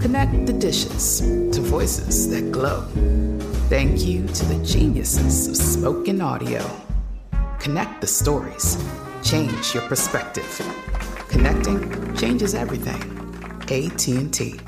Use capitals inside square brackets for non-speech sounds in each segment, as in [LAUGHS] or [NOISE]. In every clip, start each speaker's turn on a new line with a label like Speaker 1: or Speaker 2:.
Speaker 1: Connect the dishes to voices that glow. Thank you to the geniuses of spoken audio. Connect the stories, change your perspective. Connecting changes everything. AT&T.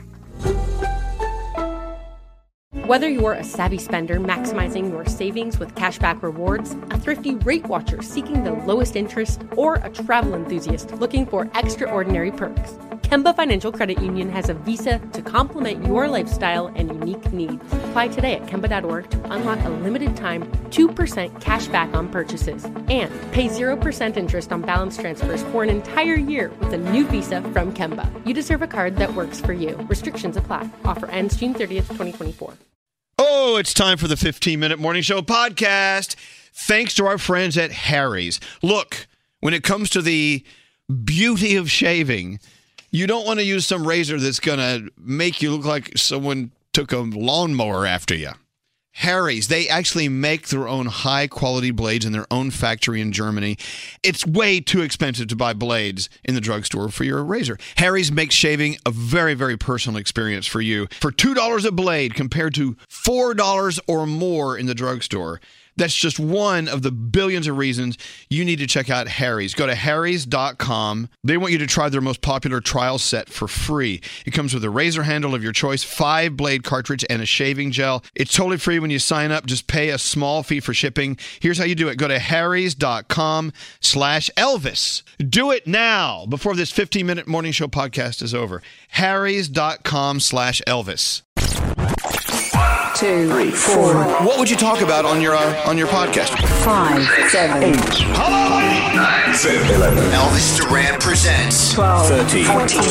Speaker 2: Whether you're a savvy spender maximizing your savings with cashback rewards, a thrifty rate watcher seeking the lowest interest, or a travel enthusiast looking for extraordinary perks, Kemba Financial Credit Union has a visa to complement your lifestyle and unique needs. Apply today at Kemba.org to unlock a limited time 2% cash back on purchases and pay 0% interest on balance transfers for an entire year with a new visa from Kemba. You deserve a card that works for you. Restrictions apply. Offer ends June 30th, 2024.
Speaker 3: Oh, it's time for the 15 minute morning show podcast. Thanks to our friends at Harry's. Look, when it comes to the beauty of shaving, you don't want to use some razor that's going to make you look like someone took a lawnmower after you. Harry's, they actually make their own high quality blades in their own factory in Germany. It's way too expensive to buy blades in the drugstore for your razor. Harry's makes shaving a very, very personal experience for you. For $2 a blade compared to $4 or more in the drugstore. That's just one of the billions of reasons you need to check out Harry's. Go to harrys.com. They want you to try their most popular trial set for free. It comes with a razor handle of your choice, five blade cartridge, and a shaving gel. It's totally free when you sign up. Just pay a small fee for shipping. Here's how you do it. Go to harrys.com slash Elvis. Do it now before this 15-minute morning show podcast is over. harrys.com slash Elvis.
Speaker 4: Two, three, four,
Speaker 3: What would you talk about on your uh, on your podcast?
Speaker 4: five, seven, eight,
Speaker 5: Elvis Duran presents
Speaker 4: twelve, fourteen,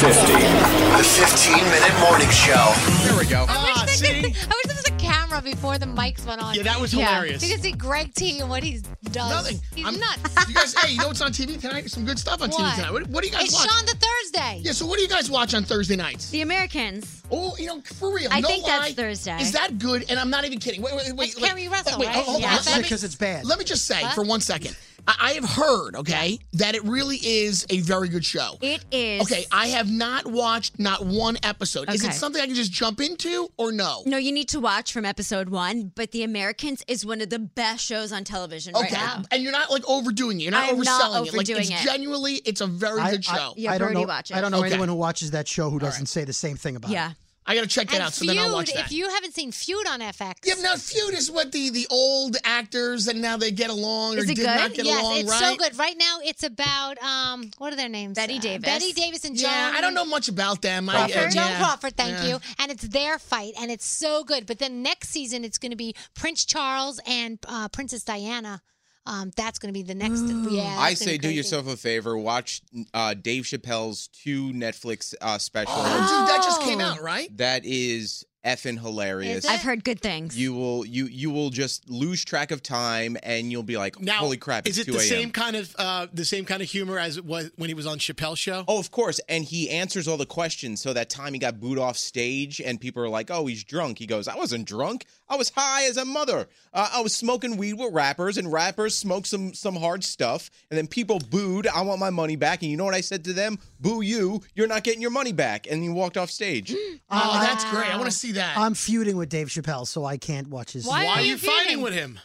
Speaker 5: the 15 Minute Morning Show.
Speaker 3: There we
Speaker 6: Oh,
Speaker 3: go.
Speaker 7: I wish there was a camera before the mics went on.
Speaker 6: Yeah, that was hilarious.
Speaker 7: You can see Greg T and what he's done.
Speaker 6: Nothing.
Speaker 7: He's
Speaker 6: I'm-
Speaker 7: nuts.
Speaker 6: [LAUGHS] You guys, hey, you know what's on TV tonight? Some good stuff on
Speaker 7: What?
Speaker 6: TV tonight. What, what do you guys
Speaker 7: it's
Speaker 6: watch?
Speaker 7: Sean the Thursday.
Speaker 6: yeah, so what do you guys watch on Thursday nights?
Speaker 8: The Americans.
Speaker 6: Oh, you know, for real.
Speaker 8: I
Speaker 6: no
Speaker 8: think
Speaker 6: lie.
Speaker 8: that's Thursday.
Speaker 6: Is that good? And I'm not even kidding. Wait, wait, wait.
Speaker 7: That's
Speaker 6: like-
Speaker 7: Kerry Russell,
Speaker 6: wait,
Speaker 7: right?
Speaker 6: hold on.
Speaker 7: Yeah,
Speaker 6: Let
Speaker 7: that's
Speaker 6: me-
Speaker 7: because
Speaker 9: it's bad.
Speaker 6: Let me just say
Speaker 7: What?
Speaker 6: for one second. I, I have heard, okay, that it really is a very good show.
Speaker 8: It is.
Speaker 6: Okay, I have not watched not one episode. Is it
Speaker 8: Okay.
Speaker 6: something I can just jump into or no?
Speaker 8: No, you need to watch from episode one, but The Americans is one of the best shows on television
Speaker 6: Okay,
Speaker 8: right now.
Speaker 6: and you're not like overdoing it. You're not
Speaker 8: I'm
Speaker 6: overselling
Speaker 8: not
Speaker 6: it. Like
Speaker 8: overdoing
Speaker 6: it's
Speaker 8: it.
Speaker 6: genuinely, it's a very good show.
Speaker 8: Yeah,
Speaker 9: I don't
Speaker 8: Brody
Speaker 9: know,
Speaker 8: watches.
Speaker 9: I don't know
Speaker 6: Okay.
Speaker 9: anyone who watches that show who doesn't say the same thing about
Speaker 8: Yeah.
Speaker 9: it.
Speaker 6: I gotta check that
Speaker 7: And
Speaker 6: out. So
Speaker 7: Feud,
Speaker 6: then I'll watch that.
Speaker 7: [LAUGHS] if you haven't seen Feud on FX,
Speaker 6: yeah, now feud is what the the old actors and now they get along or
Speaker 7: Is it
Speaker 6: did not get
Speaker 7: yes,
Speaker 6: along,
Speaker 7: it's
Speaker 6: right?
Speaker 7: so good. Right now, it's about um, what are their names? Betty
Speaker 8: Davis.
Speaker 7: Betty Davis and John.
Speaker 6: Yeah, I don't know much about them. I,
Speaker 7: Crawford.
Speaker 6: uh,
Speaker 7: Joan
Speaker 6: yeah,
Speaker 7: Crawford, thank
Speaker 6: yeah.
Speaker 7: you. And it's their fight, and it's so good. But then next season, it's going to be Prince Charles and uh, Princess Diana. Um, that's going to be the
Speaker 6: [GASPS]
Speaker 7: next. Yeah,
Speaker 9: I
Speaker 7: that's gonna
Speaker 9: say
Speaker 7: be
Speaker 9: do
Speaker 7: crazy.
Speaker 9: yourself a favor, watch uh, Dave Chappelle's two Netflix uh, specials.
Speaker 8: [GASPS]
Speaker 6: Oh, dude, that just came out, right?
Speaker 9: That is effing hilarious.
Speaker 8: I've heard good
Speaker 6: [LAUGHS]
Speaker 8: things.
Speaker 9: You will you you will just lose track of time and you'll be like,
Speaker 10: Now,
Speaker 9: holy crap! It's
Speaker 10: is
Speaker 9: 2
Speaker 10: it the
Speaker 9: a.m.
Speaker 10: same kind of uh, the same kind of humor as it was when he was on Chappelle's show?
Speaker 9: Oh, of course. And he answers all the questions. So that time he got booed off stage, and people are like, "Oh, he's drunk." He goes, "I wasn't drunk. I was high as a mother. Uh, I was smoking weed with rappers, and rappers smoked some some hard stuff. And then people booed. I want my money back. And you know what I said to them? Boo you. You're not getting your money back. And he walked
Speaker 4: [GASPS]
Speaker 9: off stage.
Speaker 6: Oh, that's great. I want to see that.
Speaker 11: I'm feuding with Dave Chappelle, so I can't watch his.
Speaker 6: Why Why are are you you fighting feuding? with him?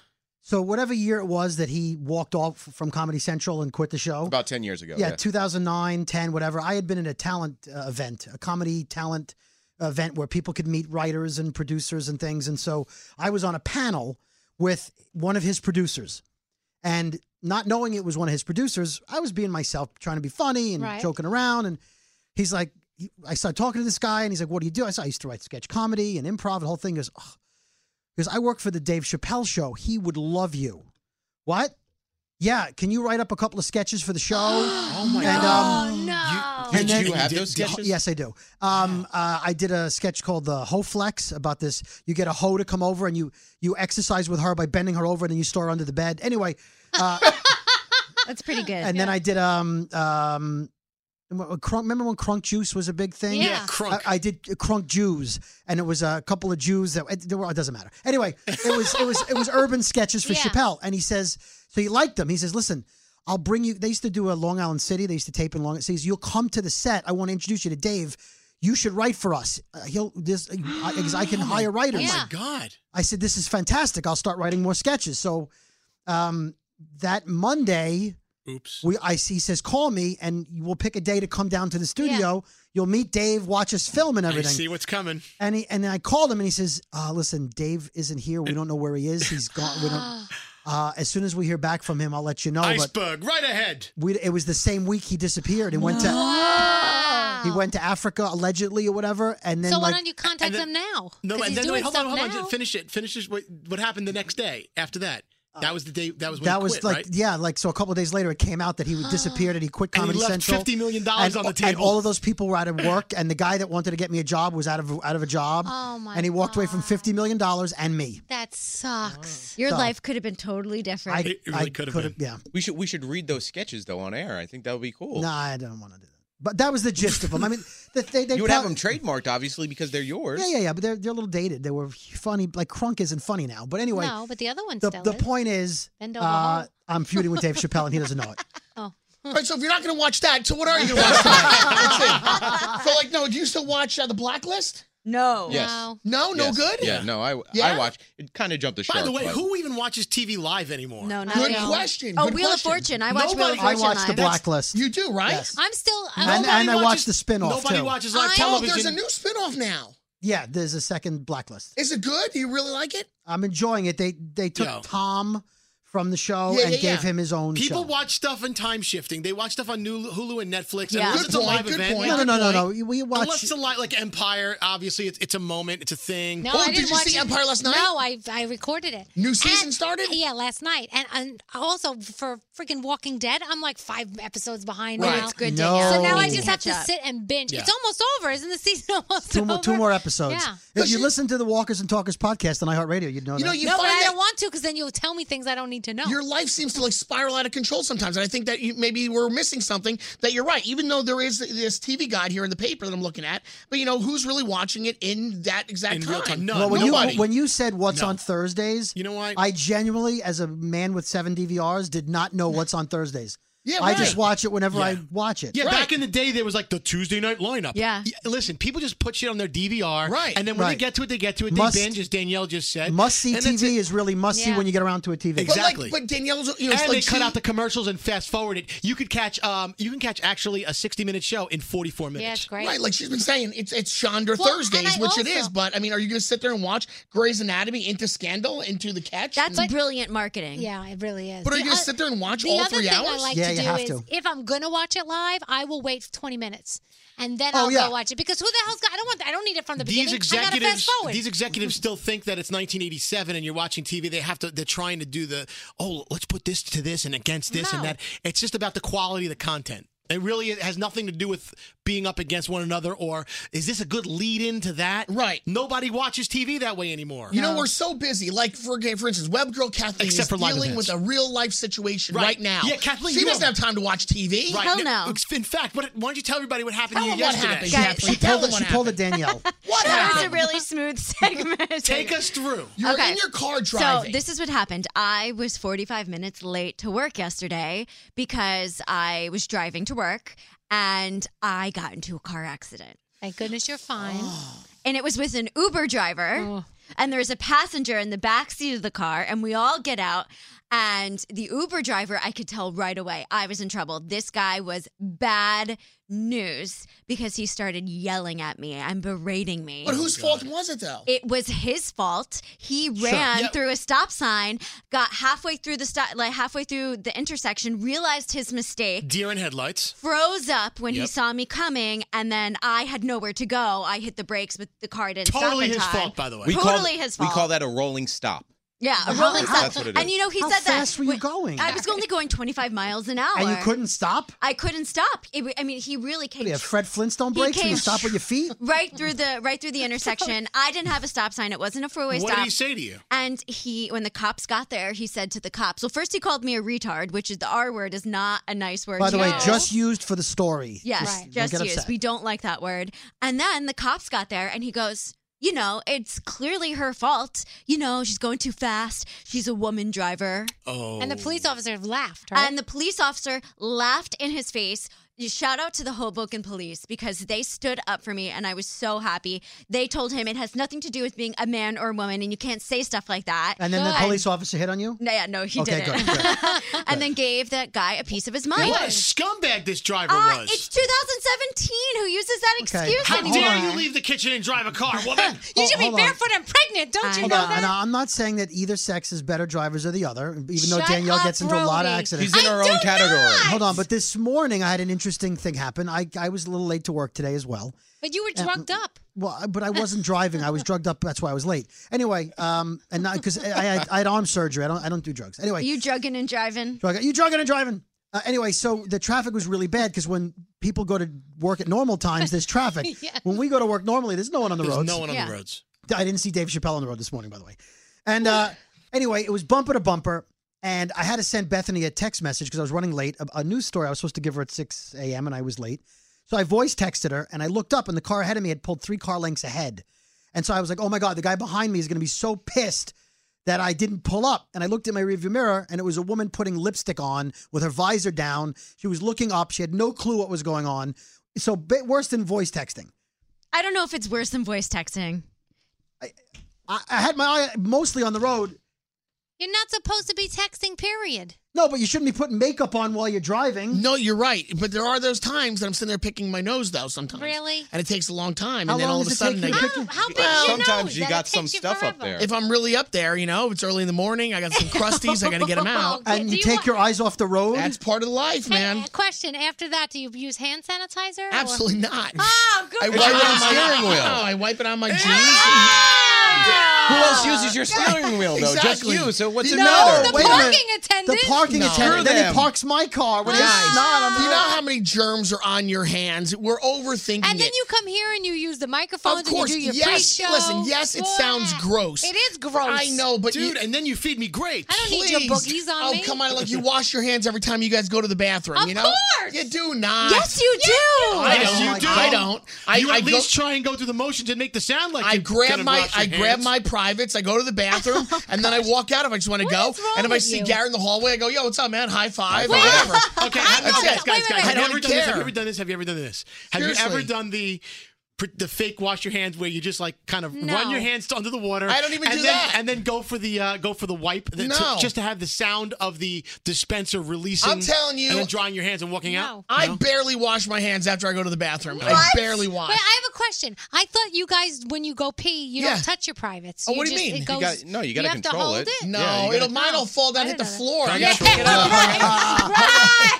Speaker 11: So whatever year it was that he walked off from Comedy Central and quit the show,
Speaker 9: About ten years ago.
Speaker 11: yeah, 2009, 10, whatever. I had been in a talent uh, event, a comedy talent event where people could meet writers and producers and things. And so I was on a panel with one of his producers. And not knowing it was one of his producers, I was being myself, trying to be funny and
Speaker 12: Right.
Speaker 11: joking around. And he's like, he- I started talking to this guy and he's like, What do you do? I said, I used to write sketch comedy and improv. The whole thing goes, oh. Because I work for the Dave Chappelle show. He would love you. What? Yeah, can you write up a couple of sketches for
Speaker 4: [GASPS]
Speaker 11: the show? oh
Speaker 4: my God. Oh, no. You-
Speaker 11: and
Speaker 4: did
Speaker 11: then-
Speaker 4: you have those sketches?
Speaker 11: Yes, I do. Um, uh, I did a sketch called the Hoe Flex about this. You get a hoe to come over and you you exercise with her by bending her over and then you store her under the bed. Anyway,
Speaker 8: [LAUGHS]
Speaker 11: uh,
Speaker 8: That's pretty good.
Speaker 11: and then I did um um. wh- Crunk, remember when Crunk Juice was a big thing?
Speaker 8: Yeah. Yeah,
Speaker 11: Crunk. I, I did Crunk Jews, and it was a couple of Jews that it, it doesn't matter. Anyway, it was it was it was urban sketches for
Speaker 12: Yeah.
Speaker 11: Chappelle, and he says so he liked them. He says, "Listen, I'll bring you." They used to do a Long Island City. They used to tape in Long. It says, "You'll come to the set. I want to introduce you to Dave. You should write for us. Uh, he'll this I, 'cause I
Speaker 10: [LAUGHS] [GASPS]
Speaker 11: can
Speaker 10: Oh my-
Speaker 11: hire writers."
Speaker 10: Oh my god!
Speaker 11: I said, "This is fantastic. I'll start writing more sketches." So, um, that Monday,
Speaker 10: oops,
Speaker 11: we I he says, "Call me, and we'll pick a day to come down to the studio. You'll meet Dave, watch us film, and
Speaker 10: I
Speaker 11: everything."
Speaker 10: see what's coming.
Speaker 11: and he, and then I called him, and he says, uh, "Listen, Dave isn't here. We don't know where he is.
Speaker 7: [GASPS]
Speaker 11: He's gone. We don't." Uh, as soon as we hear back from him, I'll let you know. But
Speaker 10: Iceberg right ahead.
Speaker 11: we, it was the same week he disappeared and went
Speaker 8: [GASPS]
Speaker 7: Wow.
Speaker 11: to he went to Africa allegedly or whatever, and then
Speaker 7: so why
Speaker 11: like,
Speaker 7: don't you contact
Speaker 11: and then-
Speaker 7: them now?
Speaker 11: No,
Speaker 7: 'Cause
Speaker 11: and
Speaker 7: he's
Speaker 11: then
Speaker 7: doing
Speaker 11: wait, hold
Speaker 7: stuff
Speaker 11: on, hold on,
Speaker 7: now.
Speaker 11: just-
Speaker 10: Finish it. Finish it. What, what happened the next day after that? That was the day. That was when
Speaker 11: Uh, that
Speaker 10: he
Speaker 11: was
Speaker 10: quit,
Speaker 11: like
Speaker 10: right?
Speaker 11: yeah, like so. A couple of days later, it came
Speaker 7: [GASPS]
Speaker 11: out that he disappeared and he quit
Speaker 10: And he
Speaker 11: Comedy
Speaker 10: left
Speaker 11: Central.
Speaker 10: $50 million dollars
Speaker 11: and,
Speaker 10: on the
Speaker 11: And
Speaker 10: table.
Speaker 11: all of those people were out of work, and the guy that wanted to get me a job was out of out of a job.
Speaker 8: Oh, my
Speaker 11: And he walked away from fifty million dollars and me.
Speaker 8: That sucks. Your
Speaker 11: So-
Speaker 8: life could have been totally different.
Speaker 11: could've- Yeah,
Speaker 9: We should we should read those sketches though on air. I think that would be cool.
Speaker 11: no, I don't want to do that. But that was the gist of them. I mean, the,
Speaker 10: [LAUGHS]
Speaker 11: they they
Speaker 9: you would have
Speaker 11: prob-
Speaker 9: them trademarked, obviously, because they're yours.
Speaker 11: Yeah, yeah, yeah. But they're they're a little dated. They were funny. Like Crunk isn't funny now. But anyway,
Speaker 7: no, but the other one
Speaker 11: the,
Speaker 7: still
Speaker 11: the
Speaker 7: is.
Speaker 11: point is,
Speaker 7: Bend over
Speaker 11: uh,
Speaker 7: hole.
Speaker 11: I'm feuding with
Speaker 7: [LAUGHS]
Speaker 11: Dave Chappelle, and he doesn't know it.
Speaker 6: All right, so if you're not going to watch that, so what are you going to watch? tonight? That's it. So like, no, do you still watch uh, the Blacklist?
Speaker 8: No.
Speaker 9: Yes.
Speaker 6: No, no
Speaker 9: Yes.
Speaker 6: good.
Speaker 9: Yeah, no, I
Speaker 6: Yeah?
Speaker 9: I watch. It kind of jumped the shark.
Speaker 10: By the way,
Speaker 9: but-
Speaker 10: who even watches TV live anymore?
Speaker 8: No, not
Speaker 6: Good
Speaker 8: at all.
Speaker 6: question.
Speaker 8: Oh,
Speaker 6: good
Speaker 8: Wheel
Speaker 6: question.
Speaker 8: of Fortune. I watch Wheel of
Speaker 11: I
Speaker 8: Fortune.
Speaker 11: watch The
Speaker 8: live.
Speaker 11: Blacklist.
Speaker 6: You do, right?
Speaker 8: I'm still.
Speaker 11: And- and Nobody I watch watches- the spin-off,
Speaker 10: Nobody
Speaker 11: too.
Speaker 10: watches live
Speaker 8: I-
Speaker 6: Oh,
Speaker 10: television.
Speaker 6: there's a new spinoff now.
Speaker 11: Yeah, there's a second Blacklist.
Speaker 6: Is it good? Do you really like it?
Speaker 11: I'm enjoying it. They they took
Speaker 10: Yo.
Speaker 11: Tom from the show
Speaker 10: Yeah,
Speaker 11: Oh, and
Speaker 10: yeah,
Speaker 11: gave
Speaker 10: yeah.
Speaker 11: him his own
Speaker 10: People
Speaker 11: show.
Speaker 10: watch stuff in time shifting. They watch stuff on new Hulu and Netflix.
Speaker 11: Yeah.
Speaker 10: Yeah. Unless
Speaker 11: Good
Speaker 10: it's a
Speaker 11: point,
Speaker 10: live
Speaker 11: good
Speaker 10: event.
Speaker 11: point. No, no, no, no, no. We watch-
Speaker 10: Unless it's a live, like Empire, obviously, it's, it's a moment, it's a thing.
Speaker 7: No,
Speaker 10: oh,
Speaker 7: I
Speaker 10: did
Speaker 7: didn't
Speaker 10: you
Speaker 7: watch
Speaker 10: see
Speaker 7: it.
Speaker 10: Empire last night?
Speaker 7: No, I I recorded it.
Speaker 6: New season started?
Speaker 7: Yeah, last night. And, and also for freaking Walking Dead, I'm like five episodes behind
Speaker 11: Right.
Speaker 7: now.
Speaker 11: It's good to- No. yeah,
Speaker 7: So now
Speaker 11: you
Speaker 7: I
Speaker 11: need to
Speaker 7: just have to
Speaker 11: catch up.
Speaker 7: sit and binge.
Speaker 11: Yeah.
Speaker 7: It's almost over. Isn't the season [LAUGHS] almost
Speaker 11: Two,
Speaker 7: over?
Speaker 11: more, two more episodes.
Speaker 7: Yeah.
Speaker 11: If you listen to the Walkers and Talkers podcast on iHeartRadio, you'd know that.
Speaker 7: no, but I don't want to because then you'll tell me things I don't need to know.
Speaker 6: Your life seems to like spiral out of control sometimes, and I think that you, maybe we're missing something. That you're right, even though there is this TV guide here in the paper that I'm looking at, but you know who's really watching it in that exact
Speaker 10: In
Speaker 6: time?
Speaker 10: real time.
Speaker 11: well, when you when you said what's on Thursdays,
Speaker 10: You know what?
Speaker 11: I genuinely, as a man with seven DVRs, did not know what's on Thursdays.
Speaker 6: Yeah,
Speaker 11: I just
Speaker 10: right.
Speaker 11: watch it whenever I
Speaker 10: Yeah.
Speaker 11: watch it.
Speaker 10: Yeah, back in the day, there was like the Tuesday night lineup.
Speaker 11: Yeah.
Speaker 10: Listen, people just put shit on their DVR.
Speaker 11: Right.
Speaker 10: And then when
Speaker 11: Right.
Speaker 10: they get to it, they get to it. They
Speaker 11: Must-
Speaker 10: binge, as Danielle just said.
Speaker 11: Must see
Speaker 10: And that's
Speaker 11: TV is really must see
Speaker 10: Yeah.
Speaker 11: when you get around to a TV.
Speaker 10: Exactly.
Speaker 6: But Danielle's, you know,
Speaker 10: and
Speaker 6: like
Speaker 10: they cut
Speaker 6: she-
Speaker 10: out the commercials and fast forward it. You could catch, um, you can catch actually a sixty-minute show in forty-four minutes.
Speaker 6: Right, like she's been saying, it's it's Chandra
Speaker 10: Well, and
Speaker 6: Thursdays,
Speaker 10: I
Speaker 6: which it is.
Speaker 10: also-
Speaker 6: But I mean, are you going to sit there and watch Grey's Anatomy, Into Scandal, Into the Catch?
Speaker 8: That's brilliant marketing.
Speaker 7: Yeah, it really is.
Speaker 6: But are
Speaker 7: The
Speaker 6: you going
Speaker 7: oth-
Speaker 6: to sit there and watch
Speaker 7: the
Speaker 6: all
Speaker 7: other
Speaker 6: three
Speaker 7: thing
Speaker 6: hours?
Speaker 7: I like to do is if I'm gonna watch it live, I will wait 20 minutes and then
Speaker 10: Oh,
Speaker 7: I'll
Speaker 10: yeah.
Speaker 7: go watch it because who the hell's got? I don't want. that. I don't need it from the
Speaker 10: These
Speaker 7: beginning. I gotta fast
Speaker 10: executives,
Speaker 7: forward.
Speaker 10: these executives still think that it's 1987 and you're watching TV. They have to, they're trying to do the, oh, let's put this to this and against this and
Speaker 7: No.
Speaker 10: that. It's just about the quality of the content. It really has nothing to do with being up against one another or is this a good lead in to that? Right. Nobody watches TV that way anymore.
Speaker 6: You know, we're so busy. Like for for instance, Web Girl Kathleen
Speaker 10: Except for
Speaker 6: is
Speaker 10: live
Speaker 6: dealing
Speaker 10: events.
Speaker 6: with a real life situation right,
Speaker 10: Right.
Speaker 6: now.
Speaker 10: Yeah, Kathleen,
Speaker 6: she
Speaker 10: you
Speaker 6: doesn't
Speaker 10: know-
Speaker 6: have time to watch TV.
Speaker 10: Right. Hell no. In fact, what, why don't you tell everybody what happened
Speaker 6: Tell
Speaker 10: to you
Speaker 6: them what
Speaker 10: yesterday?
Speaker 6: happened, Kathleen. Tell them what
Speaker 11: she pulled a
Speaker 8: [LAUGHS]
Speaker 11: Danielle.
Speaker 6: What
Speaker 8: that was a
Speaker 6: happened?
Speaker 8: really smooth [LAUGHS] segment.
Speaker 10: Take us through.
Speaker 6: You were in your car
Speaker 8: So
Speaker 6: driving.
Speaker 8: this is what happened. I was 45 minutes late to work yesterday because I was driving to work and I got into a car accident.
Speaker 7: Thank goodness you're fine.
Speaker 8: [GASPS]
Speaker 7: Oh.
Speaker 8: and it was with an Uber driver. And there was a passenger in the back seat of the car, and we all get out. And the Uber driver, I could tell right away I was in trouble. This guy was bad news because he started yelling at me and berating me.
Speaker 6: But
Speaker 11: Oh,
Speaker 6: whose fault was it though?
Speaker 8: It was his fault. He
Speaker 6: Sure.
Speaker 8: ran
Speaker 6: Yeah.
Speaker 8: through a stop sign, got halfway through the stop, like halfway through the intersection, realized his mistake,
Speaker 10: Deer in headlights.
Speaker 8: froze up when he
Speaker 10: Yep.
Speaker 8: saw me coming, and then I had nowhere to go. I hit the brakes, but the car didn't stop
Speaker 9: Totally
Speaker 8: in
Speaker 9: his
Speaker 8: time.
Speaker 9: fault, by the way.
Speaker 8: totally his fault.
Speaker 9: We call that a rolling stop.
Speaker 8: yeah, a
Speaker 9: Wow.
Speaker 8: rolling stop.
Speaker 9: That's what it
Speaker 8: And
Speaker 9: is.
Speaker 8: you know, he
Speaker 11: How
Speaker 8: said that.
Speaker 11: fast were you going?
Speaker 8: I was only going 25 miles an hour.
Speaker 11: and you couldn't stop.
Speaker 8: I couldn't stop. It, w- I mean, he really
Speaker 11: What
Speaker 8: came
Speaker 11: do you have Fred Flintstone
Speaker 8: He
Speaker 11: brakes? Can you
Speaker 8: came-
Speaker 11: stop with your
Speaker 8: [LAUGHS]
Speaker 11: feet?
Speaker 8: right
Speaker 10: [LAUGHS]
Speaker 8: through the right through the intersection. I didn't have a stop sign. It wasn't a four-way
Speaker 10: What
Speaker 8: stop.
Speaker 10: did he say to you?
Speaker 8: And he, when the cops got there, he said to the cops, "Well, first he called me a retard, which is the R word is not a nice word."
Speaker 11: By
Speaker 8: to
Speaker 11: the way,
Speaker 8: use.
Speaker 11: just used for the story.
Speaker 8: Yes,
Speaker 11: don't
Speaker 8: just
Speaker 11: get
Speaker 8: use.
Speaker 11: upset.
Speaker 8: We don't like that word. And then the cops got there and he goes, You know, it's clearly her fault. You know, she's going too fast. She's a woman driver.
Speaker 10: Oh.
Speaker 7: And the police officer laughed. Right?
Speaker 8: And the police officer laughed in his face. Shout out to the Hoboken police because they stood up for me and I was so happy. They told him it has nothing to do with being a man or a woman and you can't say stuff like that.
Speaker 11: And then the
Speaker 8: Good.
Speaker 11: police officer hit on you.
Speaker 8: No, yeah, no, he
Speaker 11: Okay,
Speaker 8: didn't.
Speaker 11: good,
Speaker 8: [LAUGHS] and then gave that guy a piece of his mind.
Speaker 10: What a scumbag this driver
Speaker 8: Uh,
Speaker 10: was.
Speaker 8: it's 2017. Who uses that excuse
Speaker 10: How
Speaker 8: anymore?
Speaker 10: dare you leave the kitchen and drive a car,
Speaker 8: [LAUGHS]
Speaker 10: woman?
Speaker 11: You should be Hold on. barefoot
Speaker 8: and pregnant, don't
Speaker 11: Hold on, and I'm not saying that either sex is better drivers or the other, even though
Speaker 8: Shut
Speaker 11: Danielle
Speaker 8: up,
Speaker 11: gets into a lot of
Speaker 8: Brody.
Speaker 11: accidents.
Speaker 9: She's in her own category.
Speaker 11: Hold on, but this morning I had an interesting thing happen. I, I was a little late to work today as well.
Speaker 7: but you were
Speaker 11: Uh,
Speaker 7: drugged up.
Speaker 11: Well, I- but I wasn't driving. I was drugged up. That's why I was late. Anyway, um, and not because I, had- I had arm surgery. I don't I don't do drugs. Anyway,
Speaker 8: You drugging and driving.
Speaker 11: Drug, you drugging and driving. Uh, anyway, so the traffic was really bad because when people go to work at normal times, there's
Speaker 8: [LAUGHS]
Speaker 11: traffic.
Speaker 10: Yeah.
Speaker 11: When we go to work normally, there's no one on the
Speaker 10: There's
Speaker 11: roads.
Speaker 10: no one on the Yeah. roads.
Speaker 11: I didn't see Dave Chappelle on the road this morning, by the way. And uh, anyway, it was bumper to bumper, and I had to send Bethany a text message because I was running late. A, a news story I was supposed to give her at 6 a.m. and I was late, so I voice texted her, and I looked up, and the car ahead of me had pulled three car lengths ahead, and so I was like, "Oh my god, the guy behind me is going to be so pissed." that I didn't pull up. And I looked in my rearview mirror, and it was a woman putting lipstick on with her visor down. She was looking up. She had no clue what was going on. So bit worse than voice texting.
Speaker 8: I don't know if it's worse than voice texting.
Speaker 11: I, I had my eye mostly on the road.
Speaker 7: You're not supposed to be texting. Period.
Speaker 11: No, but you shouldn't be putting makeup on while you're driving.
Speaker 6: No, you're right. But there are those times that I'm sitting there picking my nose though. Sometimes
Speaker 7: Really?
Speaker 6: and it takes a long time.
Speaker 11: How
Speaker 6: and then
Speaker 11: long
Speaker 6: all of a
Speaker 11: does it
Speaker 6: sudden,
Speaker 11: take you to
Speaker 6: I-
Speaker 11: pick your-
Speaker 7: How big
Speaker 6: [LAUGHS] Well,
Speaker 7: is your
Speaker 9: sometimes
Speaker 7: nose?
Speaker 9: you
Speaker 7: That
Speaker 9: got
Speaker 7: it
Speaker 9: some
Speaker 7: takes you
Speaker 9: stuff up
Speaker 7: forever.
Speaker 9: there.
Speaker 6: If I'm really up there, you know, it's early in the morning. I got
Speaker 11: [LAUGHS]
Speaker 6: some crusties. I got to get them out.
Speaker 11: And you, take your eyes off the road.
Speaker 6: That's part of life, man.
Speaker 7: Uh, Question: After that, do you use hand sanitizer? or-
Speaker 6: Absolutely not.
Speaker 7: Oh, good.
Speaker 6: I wipe
Speaker 7: for
Speaker 6: it on
Speaker 7: you.
Speaker 6: my
Speaker 9: steering wheel.
Speaker 6: No, [LAUGHS] I wipe it on my jeans.
Speaker 8: Ah.
Speaker 9: Who else uses your steering wheel though?
Speaker 6: Exactly.
Speaker 9: Just you. So what's
Speaker 6: You
Speaker 9: it
Speaker 6: know,
Speaker 9: matter?
Speaker 6: the Wait a parking minute.
Speaker 11: The parking
Speaker 6: No.
Speaker 11: attendant. Then
Speaker 6: Screw
Speaker 11: he parks my car when it's
Speaker 6: Guys,
Speaker 11: not on the
Speaker 6: do you know
Speaker 11: road.
Speaker 6: how many germs are on your hands? We're overthinking
Speaker 7: And then
Speaker 6: it.
Speaker 7: you come here and you use the microphones
Speaker 6: Of course,
Speaker 7: and you do your
Speaker 6: yes.
Speaker 7: pre-show.
Speaker 6: Listen, yes, it sounds
Speaker 7: Yeah.
Speaker 6: gross.
Speaker 7: It is gross.
Speaker 6: I know, but
Speaker 10: Dude,
Speaker 6: you-
Speaker 10: and then you feed me grapes.
Speaker 7: I don't need your boogies on
Speaker 6: oh,
Speaker 7: me.
Speaker 6: come on! Look, you wash your hands every time you guys go to the bathroom.
Speaker 7: Of
Speaker 6: you know,
Speaker 7: course.
Speaker 6: you do not.
Speaker 8: Yes, you do.
Speaker 6: I
Speaker 10: yes,
Speaker 6: don't.
Speaker 10: you do. Oh
Speaker 6: I don't. I,
Speaker 10: you
Speaker 6: I
Speaker 10: at
Speaker 6: go-
Speaker 10: least try and go through the motions and make the sound like
Speaker 6: I
Speaker 10: you
Speaker 6: grab
Speaker 10: gotta
Speaker 6: my
Speaker 10: wash your
Speaker 6: I grab grab my privates, I go to the bathroom, and then I walk out if I just want to go.
Speaker 10: wrong
Speaker 6: And if I
Speaker 10: with
Speaker 6: see
Speaker 10: you?
Speaker 6: Gary in the hallway, I go, "Yo, what's up, man? High five, or
Speaker 10: Wait.
Speaker 6: whatever."
Speaker 10: okay, have,
Speaker 6: that's
Speaker 10: okay,
Speaker 6: it,
Speaker 10: guys, guys.
Speaker 6: I
Speaker 10: Have you,
Speaker 6: don't
Speaker 10: ever done
Speaker 6: care.
Speaker 10: this? have you ever done this? Have you ever done this? Have you ever
Speaker 6: Seriously.
Speaker 10: done the pr- the fake wash your hands where you just like kind of
Speaker 6: No.
Speaker 10: run your hands under the water?
Speaker 6: I don't even
Speaker 10: and
Speaker 6: do
Speaker 10: then, [LAUGHS]
Speaker 6: that.
Speaker 10: And then go for the uh, go for the wipe that- to-
Speaker 6: No.
Speaker 10: just to have the sound of the dispenser releasing.
Speaker 6: I'm telling you-
Speaker 10: and then drying your hands and walking out.
Speaker 6: I
Speaker 10: No?
Speaker 6: barely wash my hands after I go to the bathroom. I
Speaker 10: What?
Speaker 6: barely wash.
Speaker 7: Wait, I have a question. I thought you guys, when you go pee, you
Speaker 6: Yeah.
Speaker 7: don't touch your privates.
Speaker 6: Oh, what do you
Speaker 7: just-
Speaker 6: mean?
Speaker 7: It
Speaker 6: You
Speaker 7: goes,
Speaker 6: got- no, you gotta
Speaker 7: have to
Speaker 6: control
Speaker 7: hold
Speaker 6: it.
Speaker 7: it.
Speaker 6: No, Yeah, you gotta- it'll- mine'll fall down, hit the floor. You gotta pick it up.
Speaker 7: [LAUGHS] right. Right.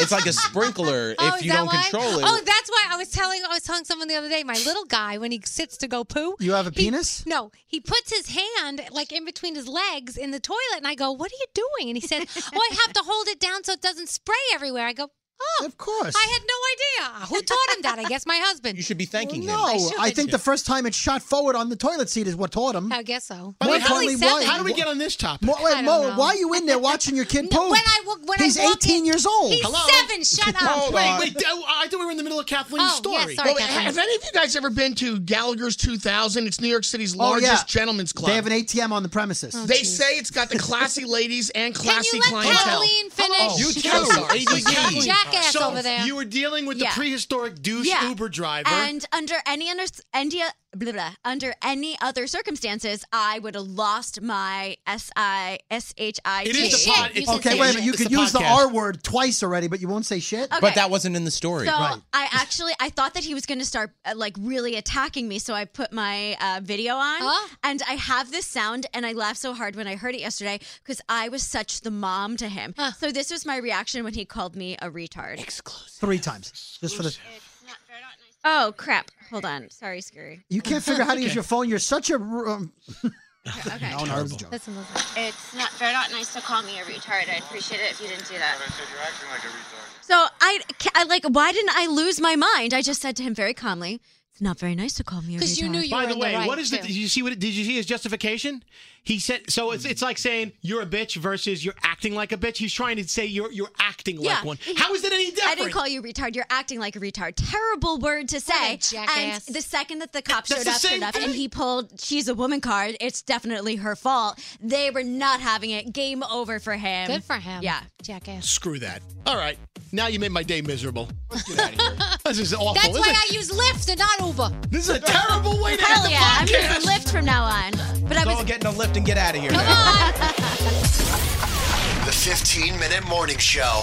Speaker 9: It's like a
Speaker 8: [LAUGHS]
Speaker 9: sprinkler
Speaker 7: Oh,
Speaker 9: if
Speaker 7: is
Speaker 9: you
Speaker 7: that
Speaker 9: don't
Speaker 7: why?
Speaker 9: control it.
Speaker 7: Oh, that's why I was telling I was telling someone the other day. My little guy, when he sits to go poo,
Speaker 11: You have a
Speaker 7: he-
Speaker 11: penis?
Speaker 7: no, he puts his hand like in between his legs in the toilet, and I go, "What are you doing?" And he says, "Oh, I have to hold it down so it doesn't spray everywhere." I go, "Oh,
Speaker 11: of course."
Speaker 7: I had no idea. Who taught him that? I guess my husband. You
Speaker 9: should be thanking
Speaker 11: No, I, think the first time it shot forward on the toilet seat is what taught him.
Speaker 7: I guess so.
Speaker 11: More
Speaker 7: Well, he's only
Speaker 11: importantly,
Speaker 7: seven.
Speaker 11: why- Mo, wait, Mo, why are you
Speaker 7: [LAUGHS]
Speaker 11: in there watching your kid poop?
Speaker 7: when I wa- when I
Speaker 11: he's
Speaker 7: walk
Speaker 11: 18 years old.
Speaker 7: He's seven. Shut up.
Speaker 10: Oh, wait, wait. I, I thought we were in the middle of Kathleen's
Speaker 7: Oh,
Speaker 10: story.
Speaker 7: yeah, sorry,
Speaker 6: Well, have any of you guys ever been to Gallagher's 2000? It's New York City's
Speaker 11: Oh,
Speaker 6: largest
Speaker 11: yeah.
Speaker 6: gentlemen's club.
Speaker 11: They have an ATM on the premises.
Speaker 7: Oh,
Speaker 6: they say it's got the classy ladies and classy
Speaker 11: let
Speaker 6: clientele.
Speaker 11: Kathleen
Speaker 7: finish?
Speaker 6: Hello.
Speaker 10: You too.
Speaker 6: I'm [LAUGHS] sorry.
Speaker 10: ADD.
Speaker 8: Jackass
Speaker 10: so
Speaker 8: over there.
Speaker 10: You were dealing with
Speaker 8: Yeah.
Speaker 10: the prehistoric douche
Speaker 8: Yeah.
Speaker 10: Uber driver.
Speaker 8: And under any under, any- blah, blah, under any other circumstances, I would have lost my S I S H I T.
Speaker 10: It is the pod- it's
Speaker 11: okay, wait a minute. You could use the R word twice already, but you won't say shit.
Speaker 8: Okay. But that
Speaker 9: wasn't in the story.
Speaker 8: So I actually I thought that he was going to start uh, like really attacking me, so I put my uh, video on, and I have this sound, and I laughed so hard when I heard it yesterday because I was such the mom to him. So this was my reaction when he called me a retard. Exclusive.
Speaker 11: Three times. Just for the.
Speaker 8: Oh crap! Hold on, sorry, Scary.
Speaker 11: You can't figure out how to use your phone. You're such a. Um, [LAUGHS]
Speaker 8: Okay.
Speaker 11: No, no, it was a joke.
Speaker 8: It's not very not nice to call me a retard. I'd appreciate it if you didn't do that.
Speaker 12: you're acting like a retard.
Speaker 8: So I, I like, why didn't I lose my mind? I just said to him very calmly, "It's not very nice to call me a retard."
Speaker 10: By the way, what is the? Did you see what? it- Did you see his justification? He said. So it's it's like saying you're a bitch versus you're acting like a bitch. He's trying to say you're you're acting like one. How is that any different?
Speaker 8: I didn't call you retard. You're acting like a retard. Terrible word to say. And the second that the cop
Speaker 10: That's
Speaker 8: showed
Speaker 10: the
Speaker 8: up, showed
Speaker 10: same
Speaker 8: up
Speaker 10: thing.
Speaker 8: and he pulled "she's a woman" card, it's definitely her fault. They were not having it. Game over for him.
Speaker 7: Good for him.
Speaker 8: Yeah,
Speaker 7: jackass.
Speaker 10: Screw that. All right, now you made my day miserable. Let's get out of
Speaker 8: [LAUGHS]
Speaker 10: here. This is awful.
Speaker 7: That's
Speaker 10: This
Speaker 7: why
Speaker 10: is-
Speaker 7: I use Lyft and not Uber.
Speaker 10: This is a terrible way to
Speaker 8: Hell
Speaker 10: end the
Speaker 8: yeah! I'm
Speaker 10: podcast.
Speaker 8: using Lyft from now on. But I
Speaker 9: Let's
Speaker 8: was
Speaker 9: all get in a lift and get out of here. now.
Speaker 5: The 15 Minute Morning Show.